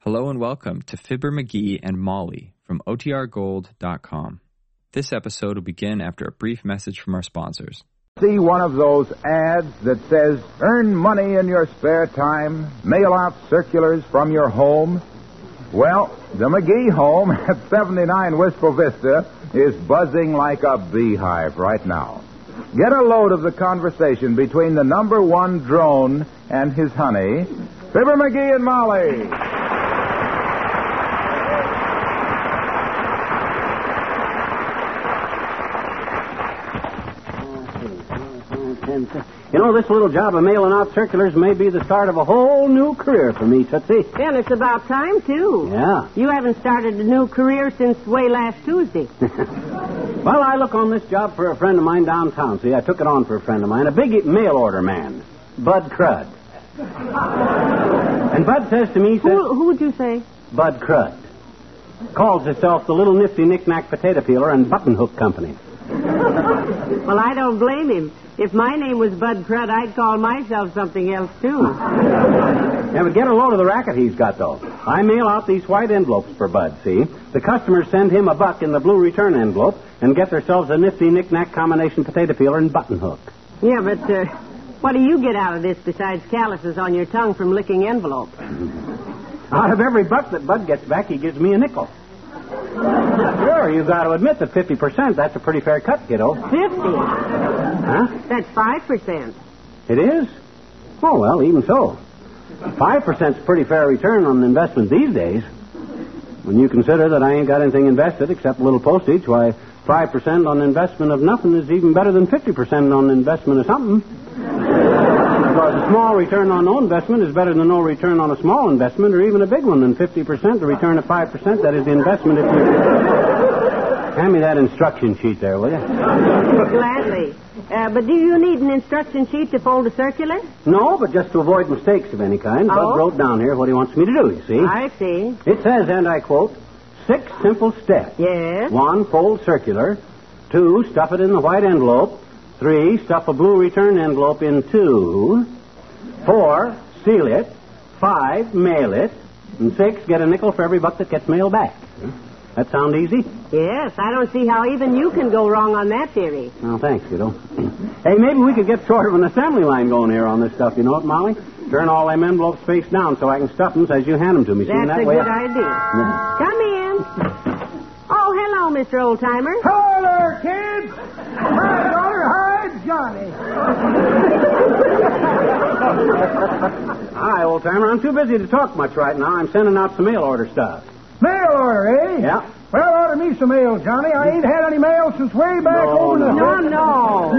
Hello and welcome to Fibber McGee and Molly from OTRGold.com. This episode will begin after a brief message from our sponsors. See one of those ads that says, earn money in your spare time, mail out circulars from your home? Well, the McGee home at 79 Wistful Vista is buzzing like a beehive right now. Get a load of the conversation between the number one drone and his honey, Fibber McGee and Molly. Oh, You know, this little job of mailing out circulars may be the start of a whole new career for me, Tootsie. Well, it's about time, too. Yeah. You haven't started a new career since way last Tuesday. Well, I look on this job for a friend of mine downtown. See, I took it on for a friend of mine, a big mail order man, Bud Crud. and Bud says to me, says, who, who would you say? Bud Crud. Calls itself the Little Nifty Knick-Knack Potato Peeler and Button Hook Company. Well, I don't blame him. If my name was Bud Crud, I'd call myself something else, too. Yeah, but get a load of the racket he's got, though. I mail out these white envelopes for Bud, see? The customers send him a buck in the blue return envelope and get themselves a nifty knick-knack combination potato peeler and button hook. Yeah, but uh, what do you get out of this besides calluses on your tongue from licking envelopes? Out of every buck that Bud gets back, he gives me a nickel. Sure, you've got to admit that 50%, that's a pretty fair cut, kiddo. Fifty. Huh? That's five percent. It is? Oh, well, even so. 5%'s a pretty fair return on an investment these days. When you consider that I ain't got anything invested except a little postage, why, 5% on investment of nothing is even better than 50% on investment of something. because a small return on no investment is better than no return on a small investment or even a big one. And 50%, the return of 5%, that is the investment if you... Hand me that instruction sheet there, will you? Gladly. Uh, but do you need an instruction sheet to fold a circular? No, but just to avoid mistakes of any kind, Bud Oh? wrote down here what he wants me to do, you see. I see. It says, and I quote, six simple steps. Yes. One, fold circular. Two, stuff it in the white envelope. Three, stuff a blue return envelope in two. Four, seal it. Five, mail it. And six, get a nickel for every buck that gets mailed back. That sound easy? Yes. I don't see how even you can go wrong on that theory. No, Oh, thanks, kiddo. hey, maybe we could get sort of an assembly line going here on this stuff, you know what, Molly? Turn all them envelopes face down so I can stuff them as you hand them to me. See, in that That's a way. good idea. Yeah. Come in. Oh, hello, Mr. Oldtimer. Hello there, kids. My daughter hides Johnny. Hi, old timer. I'm too busy to talk much right now. I'm sending out some mail order stuff. Mail order, eh? Yeah. Well, order me some mail, Johnny. I ain't had any mail since way back No, over the. No, no.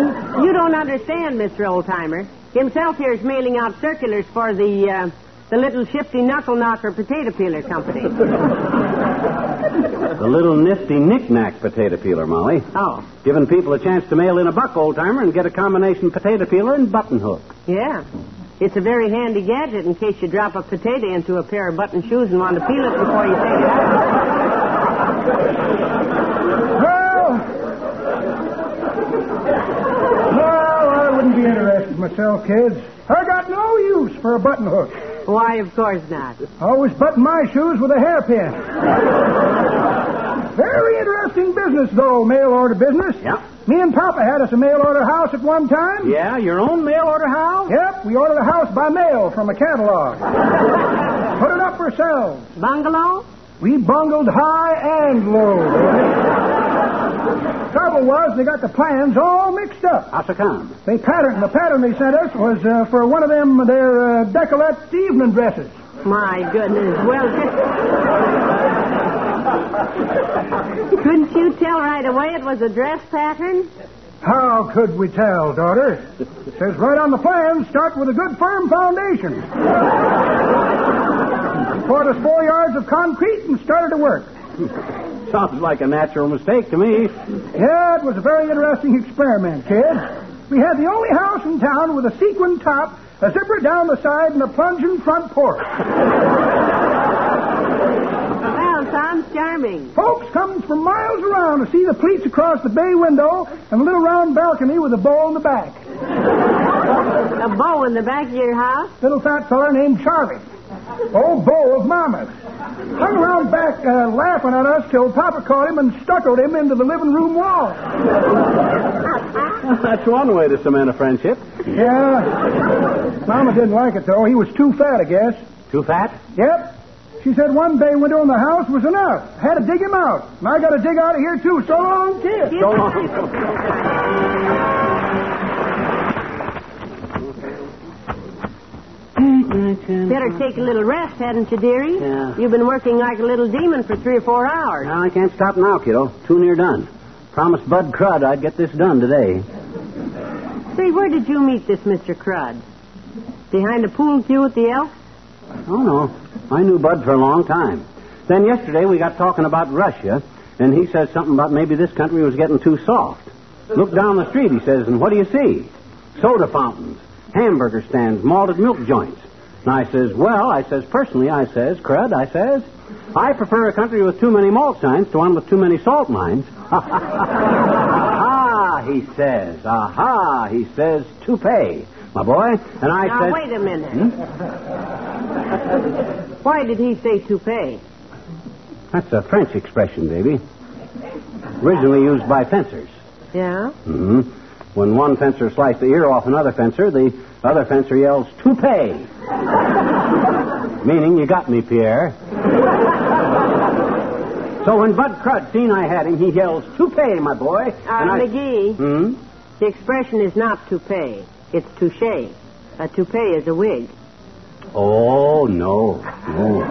You don't understand, Mr. Oldtimer. Himself here is mailing out circulars for the uh, the little shifty knuckle knocker potato peeler company. The little nifty knick-knack potato peeler, Molly. Oh, Giving people a chance to mail in a buck, old timer, and get a combination potato peeler and button hook. yeah. It's a very handy gadget in case you drop a potato into a pair of button shoes and want to peel it before you take it out. Well, well, I wouldn't be interested myself, kids. I got no use for a button hook. Why, of course not. I always button my shoes with a hairpin. Very interesting business, though, mail order business. Yeah. Me and Papa had us a mail order house at one time. Yeah, your own mail order house? Yep, we ordered a house by mail from a catalog. Put it up ourselves. Bungalow? We bungled high and low. Trouble was, they got the plans all mixed up. How so come? They patterned the pattern they sent us was uh, for one of them their uh, decollete evening dresses. My goodness. Well, just... couldn't you tell right away it was a dress pattern? How could we tell, daughter? It says right on the plan, start with a good firm foundation. Poured us four yards of concrete and started to work. Sounds like a natural mistake to me. Yeah, it was a very interesting experiment, kid. We had the only house in town with a sequin top, a zipper down the side, and a plunging front porch. Well, sounds charming. Folks come from miles around to see the pleats across the bay window and a little round balcony with a bow in the back. A bow in the back of your house? Little fat feller named Charlie. Old bow of Mama's. kept uh, laughing at us till Papa caught him and stuccoed him into the living room wall. That's one way to cement a friendship. Yeah. Mama didn't like it, though. He was too fat, I guess. Too fat? Yep. She said one bay window in the house was enough. Had to dig him out. And I got to dig out of here, too. So long, kid. So long. Better take a little rest, hadn't you, dearie? Yeah. You've been working like a little demon for three or four hours. Now I can't stop now, kiddo. Too near done. Promised Bud Crud I'd get this done today. Say, where did you meet this Mr. Crud? Behind a pool cue at the Elks? Oh, no. I knew Bud for a long time. Then yesterday we got talking about Russia, and he says something about maybe this country was getting too soft. Look down the street, he says, and what do you see? Soda fountains, hamburger stands, malted milk joints. And I says, well, I says, personally, I says, crud, I says, I prefer a country with too many malt signs to one with too many salt mines. aha, he says, aha, he says, toupee, my boy. And I now, says... wait a minute. Why did he say toupee? That's a French expression, baby. Originally used by fencers. Yeah? hmm When one fencer sliced the ear off another fencer, the other fencer yells, toupee. Meaning, you got me, Pierre. so when Bud Crud seen I had him, he yells, toupee, my boy. Uh, McGee, Hmm? the expression is not toupee. It's touche. A toupee is a wig. Oh, no. No.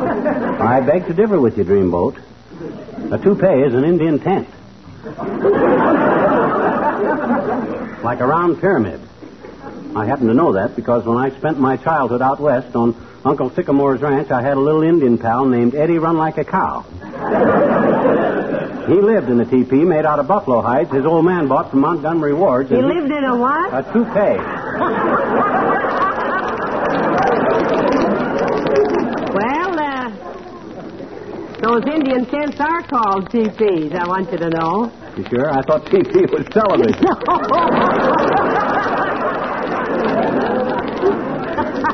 I beg to differ with you, Dreamboat. A toupee is an Indian tent. like a round pyramid. I happen to know that because when I spent my childhood out west on Uncle Sycamore's ranch, I had a little Indian pal named Eddie Run Like a Cow. he lived in a teepee made out of buffalo hides his old man bought from Montgomery Ward's. He and lived in a what? a toupee. Well, uh, those Indian tents are called teepees, I want you to know. You sure? I thought teepee was television.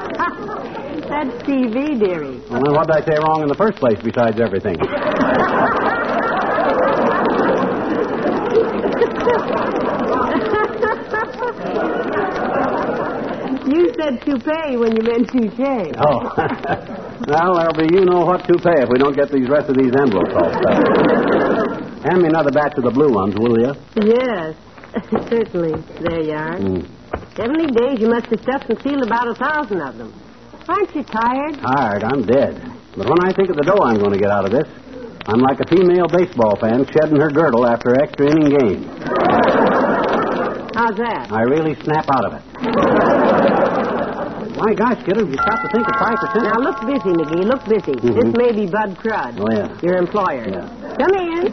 That's TV, dearie. Well, then what did I say wrong in the first place besides everything? You said toupee when you meant touche. Oh. well, there'll be you know what to pay if we don't get these rest of these envelopes all set. Hand me another batch of the blue ones, will you? Yes, certainly. There you are. Mm. Seventy days, you must have stuffed and sealed about a thousand of them. Aren't you tired? Tired, I'm dead. But when I think of the dough I'm going to get out of this, I'm like a female baseball fan shedding her girdle after an extra inning game. How's that? I really snap out of it. My gosh, kiddo, you stop to think of five percent. Now look busy, McGee. Look busy. This may be Bud Crud. Mm-hmm. Oh, yeah. Your employer. Yeah. Come in.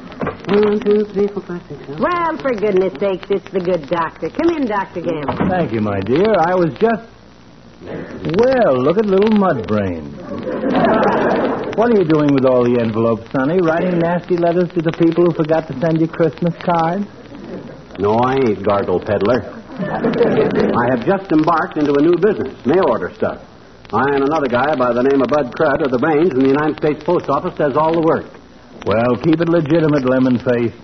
One, two, three, four, five, six, seven. Well, for goodness sakes, it's the good doctor. Come in, Dr. Gamble. Thank you, my dear. I was just. Well, look at little Mudbrain. What are you doing with all the envelopes, Sonny? Writing nasty letters to the people who forgot to send you Christmas cards? No, I ain't gargle peddler. I have just embarked into a new business, mail order stuff. I and another guy by the name of Bud Crud are the brains, and the United States Post Office does all the work. Well, keep it legitimate, Lemon Face.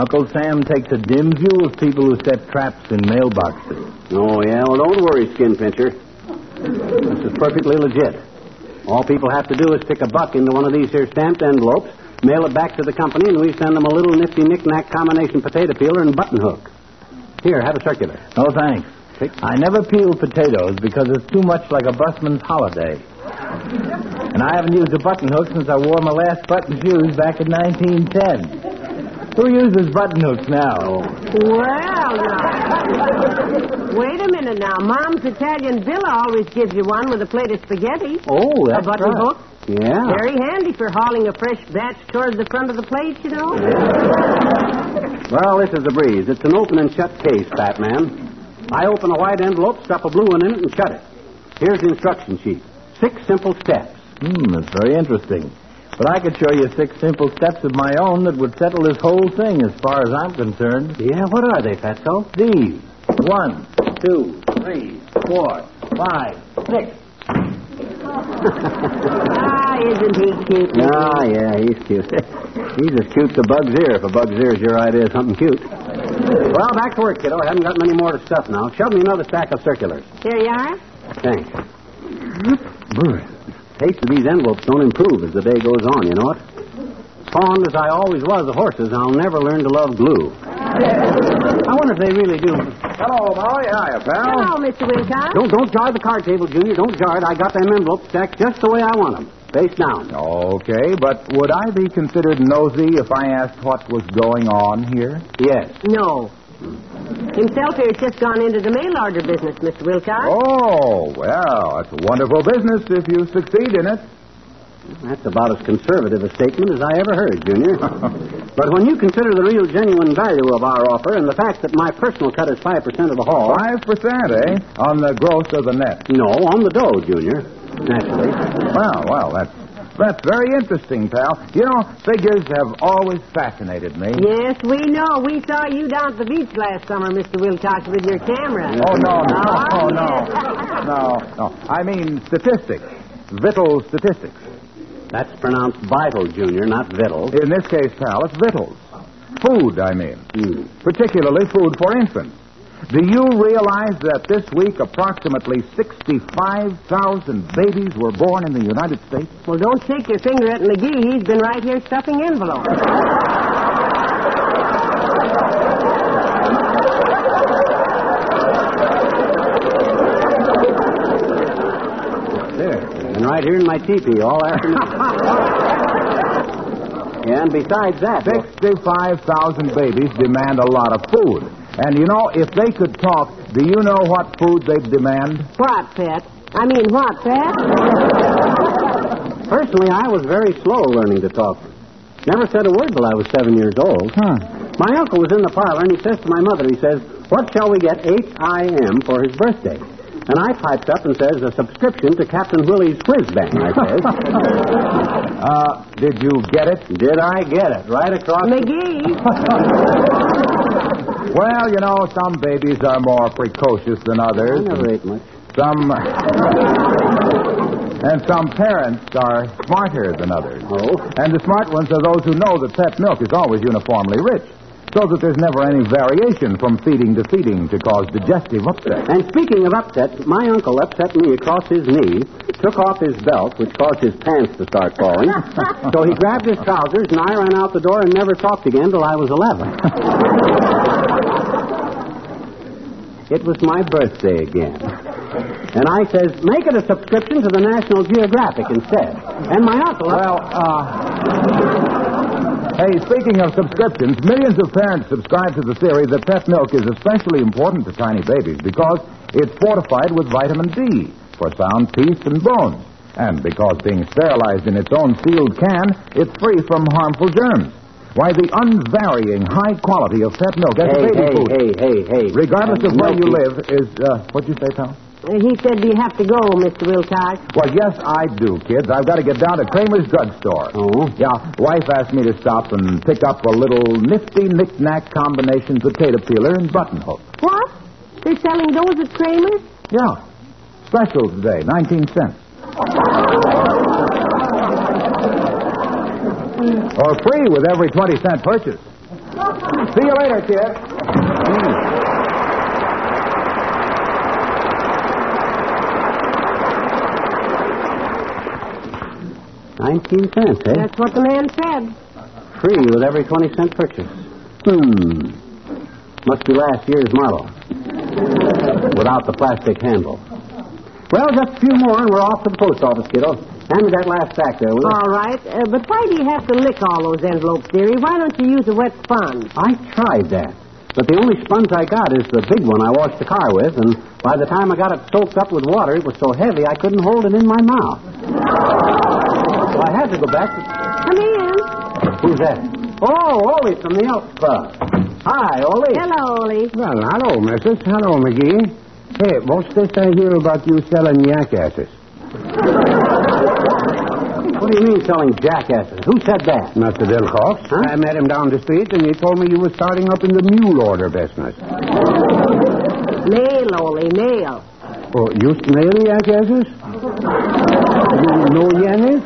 Uncle Sam takes a dim view of people who set traps in mailboxes. Oh, yeah, well, don't worry, Skin Pincher. This is perfectly legit. All people have to do is stick a buck into one of these here stamped envelopes, mail it back to the company, and we send them a little nifty knick-knack combination potato peeler and button hook. Here, have a circular. No thanks. I never peel potatoes because it's too much like a busman's holiday. And I haven't used a button hook since I wore my last button shoes back in 1910. Who uses button hooks now? Well, now. Wait a minute now. Mom's Italian Villa always gives you one with a plate of spaghetti. Oh, a button hook. Yeah. Very handy for hauling a fresh batch toward the front of the plate, you know. Well, this is the breeze. It's an open and shut case, Fat Man. I open a white envelope, stuff a blue one in it, and shut it. Here's the instruction sheet. Six simple steps. Hmm, that's very interesting. But I could show you six simple steps of my own that would settle this whole thing as far as I'm concerned. Yeah, what are they, Fatso? These. One, two, three, four, five, six. Ah, Isn't he cute? Ah, yeah, he's cute. he's as cute's a bug's ear, if a bug's ear is your idea of something cute. Well, back to work, kiddo. I haven't got many more to stuff now. Shove me another stack of circulars. Here you are. Thanks. Taste of these envelopes don't improve as the day goes on, you know it? Fond as I always was of horses, I'll never learn to love glue. I wonder if they really do. Hello, Molly. Hiya, pal. Hello, Mr. Wilcox. Don't don't jar the card table, Junior. Don't jar it. I got them envelopes stacked just the way I want them, face down. Okay, but would I be considered nosy if I asked what was going on here? Yes. No. Himself here's just gone into the mail order business, Mr. Wilcox. Oh, well, it's a wonderful business if you succeed in it. That's about as conservative a statement as I ever heard, Junior. but when you consider the real genuine value of our offer and the fact that my personal cut is 5% of the haul. Five percent, eh? On the gross of the net. No, on the dough, Junior. Naturally. Well, well, that's that's very interesting, pal. You know, figures have always fascinated me. Yes, we know. We saw you down at the beach last summer, Mr. Wilcox, with your camera. Oh no, no, Ah, oh, no, yes. no, no. I mean statistics, vital statistics. That's pronounced vital, Junior, not victual. In this case, pal, it's victuals. Food, I mean. Hmm. Particularly food for infants. Do you realize that this week approximately 65,000 babies were born in the United States? Well, don't shake your finger at McGee. He's been right here stuffing envelopes. There. And right here in my teepee all afternoon. yeah, and besides that. 65,000 babies demand a lot of food. And you know, if they could talk, do you know what food they'd demand? What, Pet? I mean, what, Pet? Personally, I was very slow learning to talk. Never said a word till I was seven years old. My uncle was in the parlor, and he says to my mother, he says, What shall we get H.I.M. for his birthday? And I piped up and says, A subscription to Captain Willie's Whiz Bang, I says. Uh, did you get it? Did I get it? Right across the... McGee. Well, you know, some babies are more precocious than I others. never ate much. Some. and some parents are smarter than others. Oh. And the smart ones are those who know that pet milk is always uniformly rich, so that there's never any variation from feeding to feeding to cause digestive upset. And speaking of upsets, my uncle upset me across his knee, took off his belt, which caused his pants to start falling. so he grabbed his trousers, and I ran out the door and never talked again till I was 11. it was my birthday again. And I says, make it a subscription to the National Geographic instead. And my uncle... Well, uh. Hey, speaking of subscriptions, millions of parents subscribe to the theory that pet milk is especially important to tiny babies because it's fortified with vitamin D for sound teeth and bones. And because being sterilized in its own sealed can, it's free from harmful germs. Why, the unvarying high quality of pet milk as a hey, baby hey, food, hey, hey, hey. regardless of where you Milky. live, is, uh, what'd you say, pal? He said you have to go, Mr. Wilcox. Well, yes, I do, kids. I've got to get down to Kramer's drugstore. Oh? Yeah, wife asked me to stop and pick up a little nifty knick-knack combination potato peeler and buttonhook. What? They're selling those at Kramer's? Yeah. Special today, 19 cents. or free with every 20 cent purchase. See you later, kid. Nineteen cents, eh? That's what the man said. free with every 20 cent purchase. Hmm. Must be last year's model. Without the plastic handle. Well, just a few more and we're off to the post office, kiddo. Hand me that last sack there, will you? All right, uh, but why do you have to lick all those envelopes, dearie? Why don't you use a wet sponge? I tried that. But the only sponge I got is the big one I washed the car with, and by the time I got it soaked up with water, it was so heavy I couldn't hold it in my mouth. so I had to go back to... Come in. Who's that? Oh, Ollie from the Elks Club. Hi, Ollie. Hello, Ollie. Well, hello, Mrs. Hello, McGee. Hey, what's this I hear about you selling jackasses? what do you mean selling jackasses? Who said that? Mr. Wilcox, Huh? I met him down the street, and he told me you were starting up in the mule order business. Mail, Ollie, mail. Oh, you smell the jackasses? you know Yanis?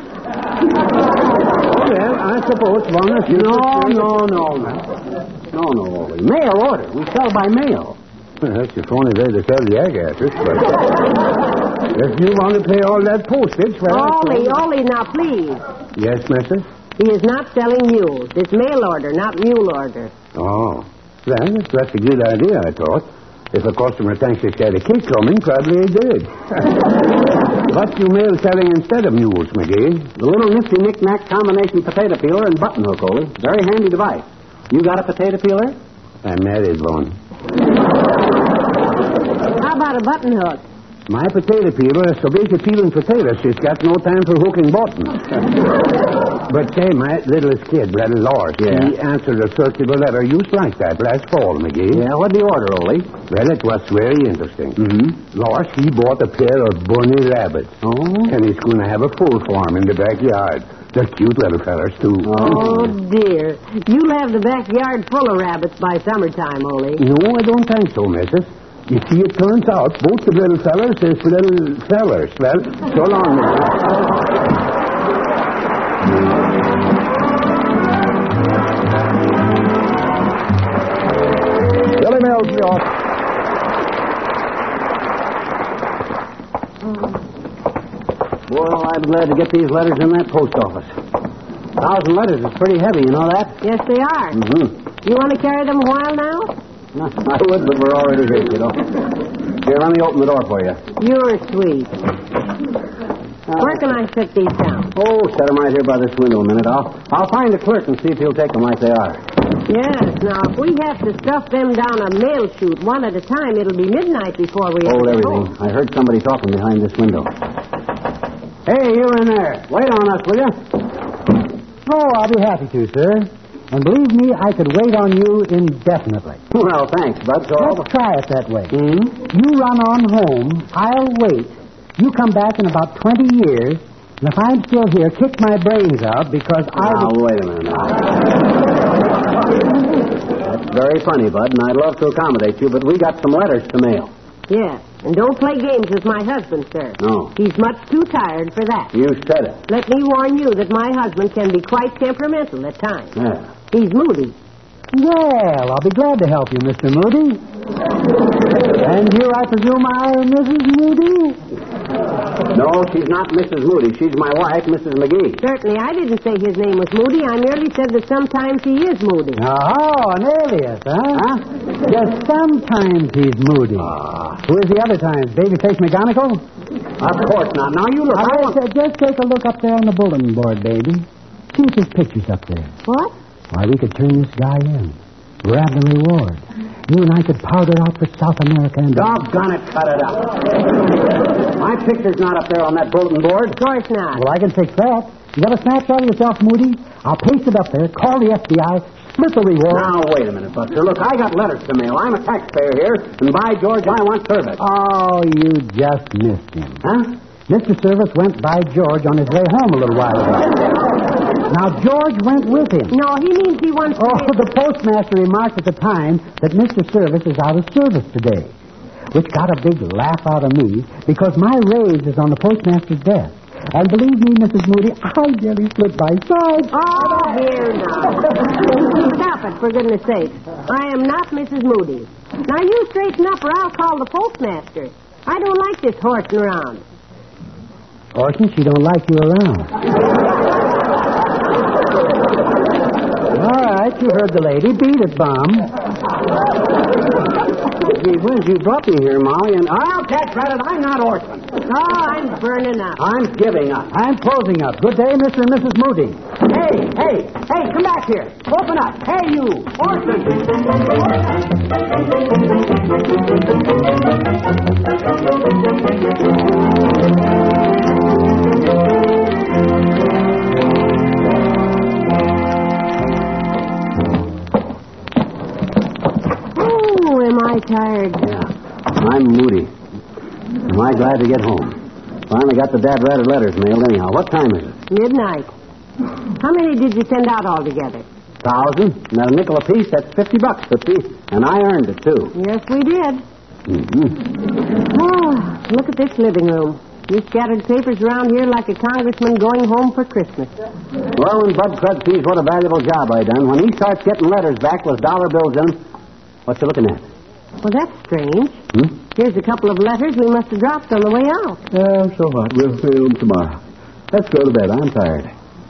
Well, I suppose one of you. No, no, no, no. No, no, Ollie. Mail order. We sell by mail. Well, that's a phony way to sell the egg at us, but if you want to pay all that postage, well... Ollie, Ollie, now please. Yes, missus? He is not selling mules. It's mail order, not mule order. Oh. Well, that's a good idea, I thought. If a customer thinks he's got a cake coming, probably he did. What's you mail selling instead of mules, McGee? The little nifty knick-knack combination potato peeler and button hook, Ollie. Very handy device. You got a potato peeler? I married one. How about a button hook? My potato peeler is so busy peeling potatoes, she's got no time for hooking buttons. but say, my littlest kid, little Lars, he answered a circular letter used like that last fall, McGee. Yeah, what'd you order, Ollie? Well, it was very interesting. Mm-hmm. Lars, he bought a pair of bunny rabbits. Oh? And he's going to have a full farm in the backyard. They're cute little fellers, too. Oh, dear. You'll have the backyard full of rabbits by summertime, Ollie. No, I don't think so, missus. You see, it turns out both the little fellers is little fellers. Well, so long, missus. Billy mailed me off. Mm. Well, I'm glad to get these letters in that post office. thousand letters is pretty heavy, you know that? Yes, they are. Mm-hmm. You want to carry them a while now? I would, but we're already late, you know. Here, let me open the door for you. You're sweet. Where can I set these down? Oh, set 'em right here by this window a minute. I'll, I'll find the clerk and see if he'll take 'em like they are. Yes, now, if we have to stuff them down a mail chute one at a time, it'll be midnight before we Hold ever get home. everything. I heard somebody talking behind this window. Hey, you in there. Wait on us, will you? Oh, I'll be happy to, sir. And believe me, I could wait on you indefinitely. Well, thanks, bud. So Let's try it that way. Hmm? You run on home, I'll wait. You come back in about 20 years, and if I'm still here, kick my brains out because Now, I'll. wait a minute now. That's very funny, Bud, and I'd love to accommodate you, but we got some letters to mail. Yes, and don't play games with my husband, sir. No. He's much too tired for that. You said it. Let me warn you that my husband can be quite temperamental at times. Yeah. He's moody. Well, I'll be glad to help you, Mr. Moody. and here, I presume, I am Mrs. Moody? No, she's not Mrs. Moody. She's my wife, Mrs. McGee. Certainly, I didn't say his name was Moody. I merely said that sometimes he is moody. Oh, an alias, huh? Huh? Just sometimes he's moody. Who is the other times? Babyface McGonagall? Ah. Of course not. Now you look. I I want- said, just take a look up there on the bulletin board, baby. See if his picture's up there. What? Why, we could turn this guy in. Grab the reward. You and I could powder out for South America and... Doggone it, cut it out. My picture's not up there on that bulletin board. Of course not. Well, I can fix that. You got a snapshot of yourself, Moody? I'll paste it up there, call the FBI, split the reward. Now, wait a minute, Buster. Look, I got letters to mail. I'm a taxpayer here, and by George, I want service. Oh, you just missed him. Huh? Mr. Service went by George on his way home a little while ago. now, George went with him. No, he means he wants to. Oh, the postmaster remarked at the time that Mr. Service is out of service today, which got a big laugh out of me because my raise is on the postmaster's desk. And believe me, Mrs. Moody, I nearly split my sides. Oh, here now. Stop it, for goodness sake. I am not Mrs. Moody. Now, you straighten up, or I'll call the postmaster. I don't like this horsing around. Orson, she don't like you around. All right, you heard the lady. Beat it, Bomb. Gee whiz, you brought me here, Molly, and I'll take credit. I'm not orphan. Ah, Oh, I'm burning up. I'm giving up. I'm closing up. Good day, Mr. and Mrs. Moody. Hey, hey, hey, come back here. Open up. Hey, you. Orphan. Oh, am I tired? Yeah. I'm Moody. Am I glad to get home? Finally got the dad rather letters mailed anyhow. What time is it? Midnight. How many did you send out altogether? Thousand. And a nickel apiece, that's fifty bucks a piece. And I earned it too. Yes, we did. Mm-hmm. Oh, look at Ah, this living room. You scattered papers around here like a congressman going home for Christmas. Well, when Bud Crud sees what a valuable job I done, when he starts getting letters back with dollar bills in 'em, what's he looking at? Well, that's strange. Hmm? Here's a couple of letters we must have dropped on the way out. Yeah, so what? We'll see him tomorrow. Let's go to bed. I'm tired.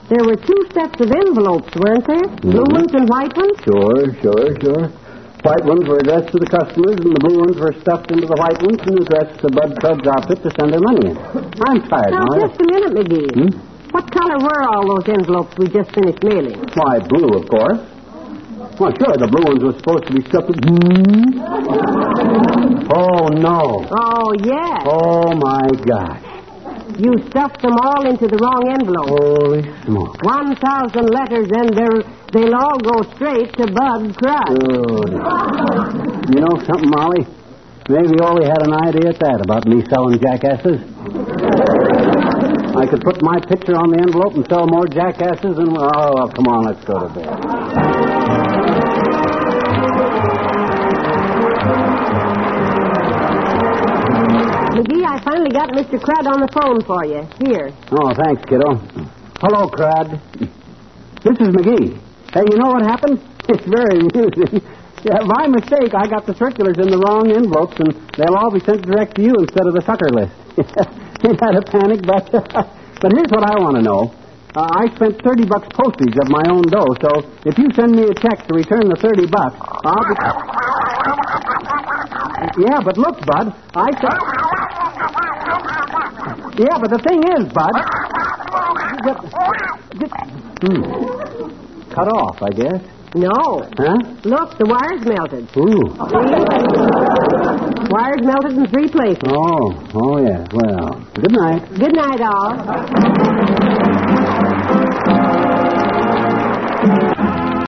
There were two sets of envelopes, weren't there? Blue ones and white ones? Sure, sure, sure. White ones were addressed to the customers, and the blue ones were stuffed into the white ones and addressed to Bud Crud's outfit to send their money in. I'm tired, Now, Molly. just a minute, McGee. What color were all those envelopes we just finished mailing? Why, blue, of course. Well, sure, the blue ones were supposed to be stuffed with... Hmm? Oh, no. Oh, yes. Oh, my gosh. You stuffed them all into the wrong envelope. Holy smoke. 1,000 letters, and they're, they'll all go straight to Bud Crud. Good. You know something, Molly? Maybe Ollie had an idea at that about me selling jackasses. I could put my picture on the envelope and sell more jackasses than. Oh, well, come on, let's go to bed. McGee, I finally got Mr. Crud on the phone for you. Here. Oh, thanks, kiddo. Hello, Crud. This is McGee. Hey, you know what happened? It's very amusing. Yeah, by mistake, I got the circulars in the wrong envelopes, and they'll all be sent direct to you instead of the sucker list. Ain't that a panic? But, but here's what I want to know. Uh, I spent 30 bucks postage of my own dough, so if you send me a check to return the 30 bucks, I'll be... Yeah, but look, Bud, I... Sent... Yeah, but the thing is, Bud... Hmm. Cut off, I guess. No. Huh? Look, the wire's melted. Ooh. Wire's melted in three places. Oh, oh, yeah. Well, good night. Good night, all.